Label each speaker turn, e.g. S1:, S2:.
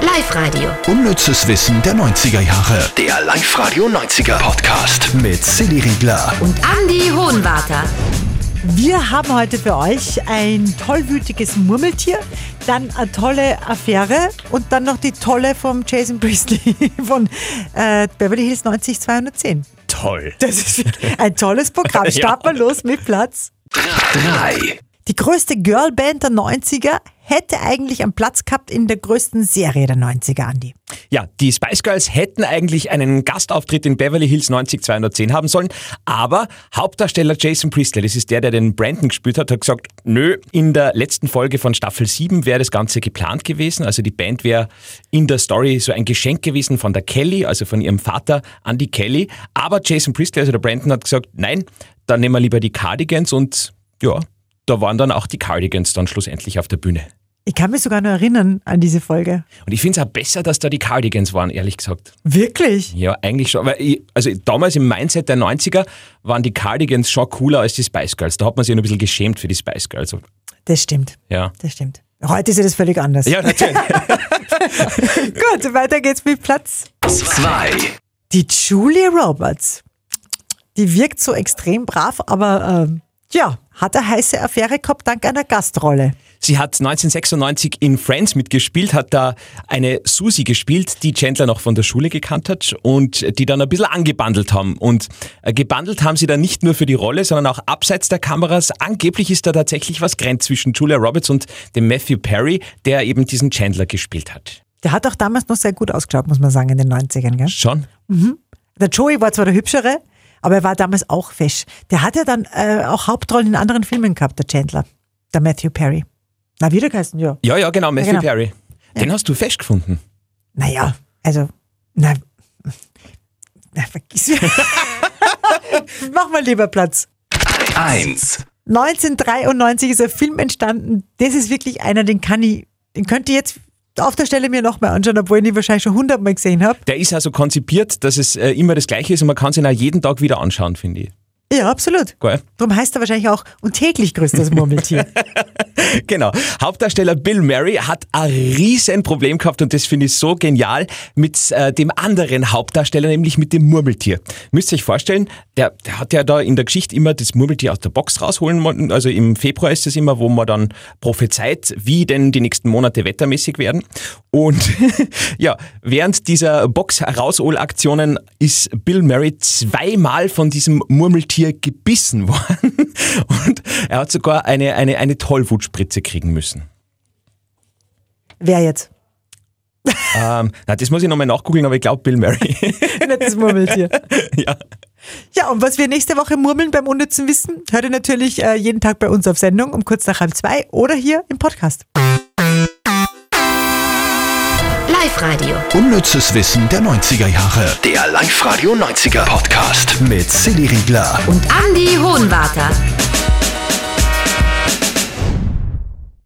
S1: Live-Radio.
S2: Unnützes Wissen der 90er Jahre.
S3: Der Live-Radio 90er Podcast.
S2: Mit Silly Riegler.
S1: Und Andy Hohenwarter.
S4: Wir haben heute für euch ein tollwütiges Murmeltier, dann eine tolle Affäre und dann noch die tolle vom Jason Priestley von äh, Beverly Hills 90210.
S5: Toll.
S4: Das ist wirklich ein tolles Programm. Starten wir los mit Platz.
S3: 3.
S4: Die größte Girlband der 90er hätte eigentlich einen Platz gehabt in der größten Serie der 90er, Andi.
S5: Ja, die Spice Girls hätten eigentlich einen Gastauftritt in Beverly Hills 90210 haben sollen, aber Hauptdarsteller Jason Priestley, das ist der, der den Brandon gespielt hat, hat gesagt, nö, in der letzten Folge von Staffel 7 wäre das Ganze geplant gewesen, also die Band wäre in der Story so ein Geschenk gewesen von der Kelly, also von ihrem Vater an die Kelly, aber Jason Priestley, also der Brandon, hat gesagt, nein, dann nehmen wir lieber die Cardigans und ja, da waren dann auch die Cardigans dann schlussendlich auf der Bühne.
S4: Ich kann mich sogar noch erinnern an diese Folge.
S5: Und ich finde es auch besser, dass da die Cardigans waren, ehrlich gesagt.
S4: Wirklich?
S5: Ja, eigentlich schon. Weil ich, also damals im Mindset der 90er waren die Cardigans schon cooler als die Spice Girls. Da hat man sich noch ein bisschen geschämt für die Spice Girls.
S4: Das stimmt.
S5: Ja.
S4: Das stimmt. Heute ist ja das völlig anders.
S5: Ja, natürlich.
S4: Gut, weiter geht's mit Platz
S3: 2.
S4: Die Julia Roberts, die wirkt so extrem brav, aber ähm, ja, hat eine heiße Affäre gehabt dank einer Gastrolle.
S5: Sie hat 1996 in Friends mitgespielt, hat da eine Susi gespielt, die Chandler noch von der Schule gekannt hat und die dann ein bisschen angebandelt haben. Und äh, gebandelt haben sie dann nicht nur für die Rolle, sondern auch abseits der Kameras. Angeblich ist da tatsächlich was grenzt zwischen Julia Roberts und dem Matthew Perry, der eben diesen Chandler gespielt hat.
S4: Der hat auch damals noch sehr gut ausgeschaut, muss man sagen, in den 90ern. Gell?
S5: Schon?
S4: Der Joey war zwar der Hübschere, aber er war damals auch fesch. Der hat ja dann äh, auch Hauptrollen in anderen Filmen gehabt, der Chandler, der Matthew Perry. Na, wieder geheißen, ja.
S5: Ja, ja, genau, Matthew
S4: genau.
S5: Perry. Den hast du festgefunden.
S4: Naja, also, na, na vergiss. Mach mal lieber Platz.
S3: 1.
S4: 1993 ist ein Film entstanden. Das ist wirklich einer, den kann ich, den könnt ihr jetzt auf der Stelle mir nochmal anschauen, obwohl ich ihn wahrscheinlich schon hundertmal gesehen habe.
S5: Der ist also konzipiert, dass es äh, immer das Gleiche ist und man kann ihn auch jeden Tag wieder anschauen, finde ich.
S4: Ja, absolut.
S5: Geil.
S4: Darum heißt er wahrscheinlich auch und täglich grüßt das Murmeltier.
S5: Genau. Hauptdarsteller Bill Murray hat ein riesen Problem gehabt und das finde ich so genial mit äh, dem anderen Hauptdarsteller, nämlich mit dem Murmeltier. Müsst ihr euch vorstellen, der, der hat ja da in der Geschichte immer das Murmeltier aus der Box rausholen wollen. Also im Februar ist es immer, wo man dann prophezeit, wie denn die nächsten Monate wettermäßig werden. Und ja, während dieser Box-Heraushol-Aktionen ist Bill Murray zweimal von diesem Murmeltier gebissen worden. Und er hat sogar eine, eine, eine Tollwutspritze kriegen müssen.
S4: Wer jetzt?
S5: Ähm, na, das muss ich nochmal nachgoogeln, aber ich glaube Bill Murray.
S4: Nicht das Murmeltier.
S5: ja.
S4: Ja, und was wir nächste Woche murmeln beim unnützen Wissen, hört ihr natürlich äh, jeden Tag bei uns auf Sendung um kurz nach halb zwei oder hier im Podcast.
S1: Live-Radio.
S2: Unnützes Wissen der 90er Jahre.
S3: Der Live-Radio 90er Podcast.
S2: Mit Silly Riegler.
S1: Und Andy Hohenwarter.